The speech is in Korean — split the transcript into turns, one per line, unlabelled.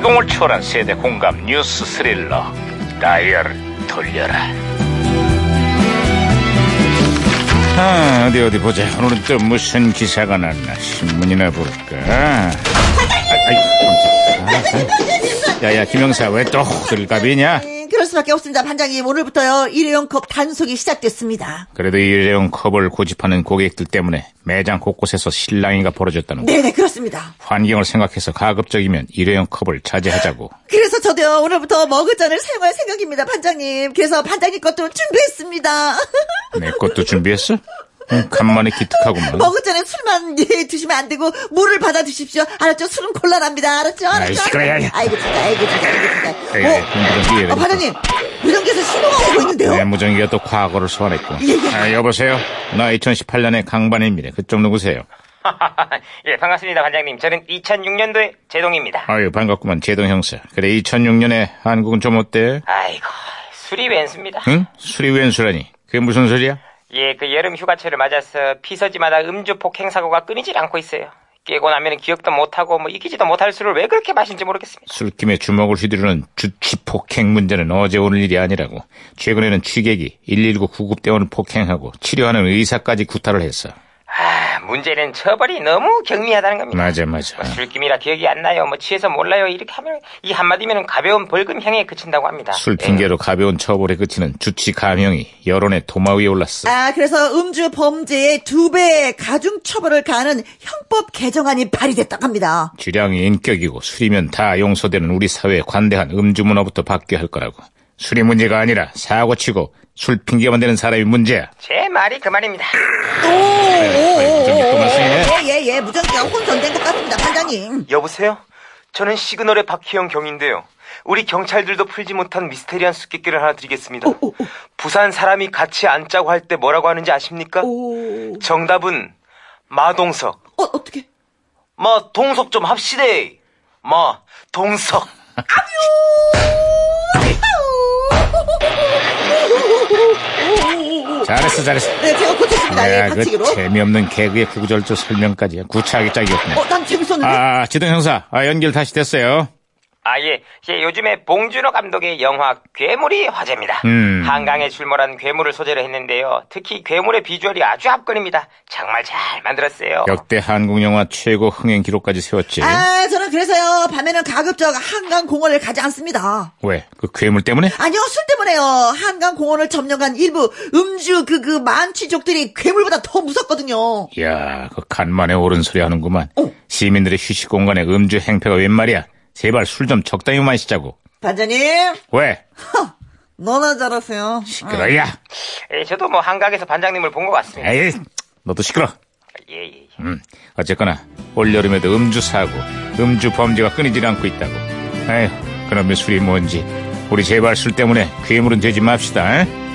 감동을 초월한 세대 공감 뉴스 스릴러 다이얼 돌려라 아, 어디 어디 보자 오늘은 또 무슨 기사가 났나 신문이나 볼까 사장님! 야야 김영사 왜 또 호들갑이냐
음, 그럴 수밖에 없습니다. 반장님 오늘부터요 일회용 컵 단속이 시작됐습니다.
그래도 일회용 컵을 고집하는 고객들 때문에 매장 곳곳에서 실랑이가 벌어졌다는 거
네네 그렇습니다.
환경을 생각해서 가급적이면 일회용 컵을 자제하자고
그래서 저도요 오늘부터 머그잔을 사용할 생각입니다, 반장님. 그래서 반장님 것도 준비했습니다.
내 것도 준비했어? 응, 간만에 기특하구만
머그잔에 술만 예, 드시면 안 되고 물을 받아 드십시오. 알았죠? 술은 곤란합니다. 알았죠?
아이,
알았죠?
시끄러워, 야, 야.
아이고 진짜 아이고 진짜 예,
에이,
아이고
공부 좀
진짜.
해야
어, 어, 반장님 무전기에서 신호가 오고 있는데요.
내무정기가 또 과거를 소환했고 아, 여보세요 나 2018년의 강반입니다 그쪽 누구세요?
예, 반갑습니다, 관장님. 저는 2006년도에 제동입니다.
아유 반갑구만 제동 형사 그래 2006년에 한국은 좀 어때?
아이고, 술이 왼수입니다.
응? 술이 웬수라니 그게 무슨 소리야?
예, 그 여름 휴가철을 맞아서 피서지마다 음주 폭행 사고가 끊이질 않고 있어요. 깨고 나면 기억도 못하고 뭐 이기지도 못할 술을 왜 그렇게 마신지 모르겠습니다.
술김에 주먹을 휘두르는 주치 폭행 문제는 어제 오늘 일이 아니라고 최근에는 취객이 119 구급대원을 폭행하고 치료하는 의사까지 구타를 했어
아, 문제는 처벌이 너무 경미하다는 겁니다.
맞아 맞아
뭐 술김이라 기억이 안 나요. 뭐 취해서 몰라요. 이렇게 하면 이 한마디면 가벼운 벌금형에 그친다고 합니다.
술
예.
핑계로 가벼운 처벌에 그치는 주치 감형이 여론의 도마 위에 올랐어
아, 그래서 음주 범죄의 두 배의 가중 처벌을 가하는 형법 개정안이 발의됐다고 합니다.
주량이 인격이고 술이면 다 용서되는 우리 사회의 관대한 음주 문화부터 바뀌어야 할 거라고. 술이 문제가 아니라 사고치고 술 핑계만 대는 사람이 문제야.
제 말이 그 말입니다.
오, 오, 오,
무전기 또
오,
말씀이네.
예, 예, 예. 무전기가 혼선된 것 같습니다, 반장님.
음. 여보세요? 저는 시그널의 박희영 경인데요. 우리 경찰들도 풀지 못한 미스테리한 수께끼를 하나 드리겠습니다. 부산 사람이 같이 앉자고 할 때 뭐라고 하는지 아십니까?
오, 어,
정답은 마동석.
어떻게?
마 동석 좀 합시대. 마 동석.
잘했어, 잘했어.
네, 제가 고쳤습니다. 예,
야, 그
반칙으로.
재미없는 개그의 구구절절 설명까지 구차하게 짝이었네.
어, 난 재밌었는데.
아, 지동 형사, 아, 연결 다시 됐어요.
아, 예. 예, 요즘에 봉준호 감독의 영화 괴물이 화제입니다.
음.
한강에 출몰한 괴물을 소재로 했는데요. 특히 괴물의 비주얼이 아주 압권입니다. 정말 잘 만들었어요.
역대 한국 영화 최고 흥행 기록까지 세웠지.
아, 저는 그래서요, 밤에는 가급적 한강 공원을 가지 않습니다.
왜? 그 괴물 때문에?
아니요, 술 때문에요. 한강 공원을 점령한 일부 음주 그, 그 만취족들이 괴물보다 더 무섭거든요.
이야, 그 간만에 옳은 소리 하는구만.
어.
시민들의 휴식 공간에 음주 행패가 웬 말이야. 제발 술 좀 적당히 마시자고.
반장님,
왜?
너나 잘하세요.
시끄러야.
예, 저도 뭐 한강에서 반장님을 본 것 같습니다.
에이, 너도 시끄러.
예, 예, 예.
음, 어쨌거나 올여름에도 음주 사고, 음주 범죄가 끊이질 않고 있다고. 에휴, 그놈의 술이 뭔지. 우리 제발 술 때문에 괴물은 되지 맙시다. 에?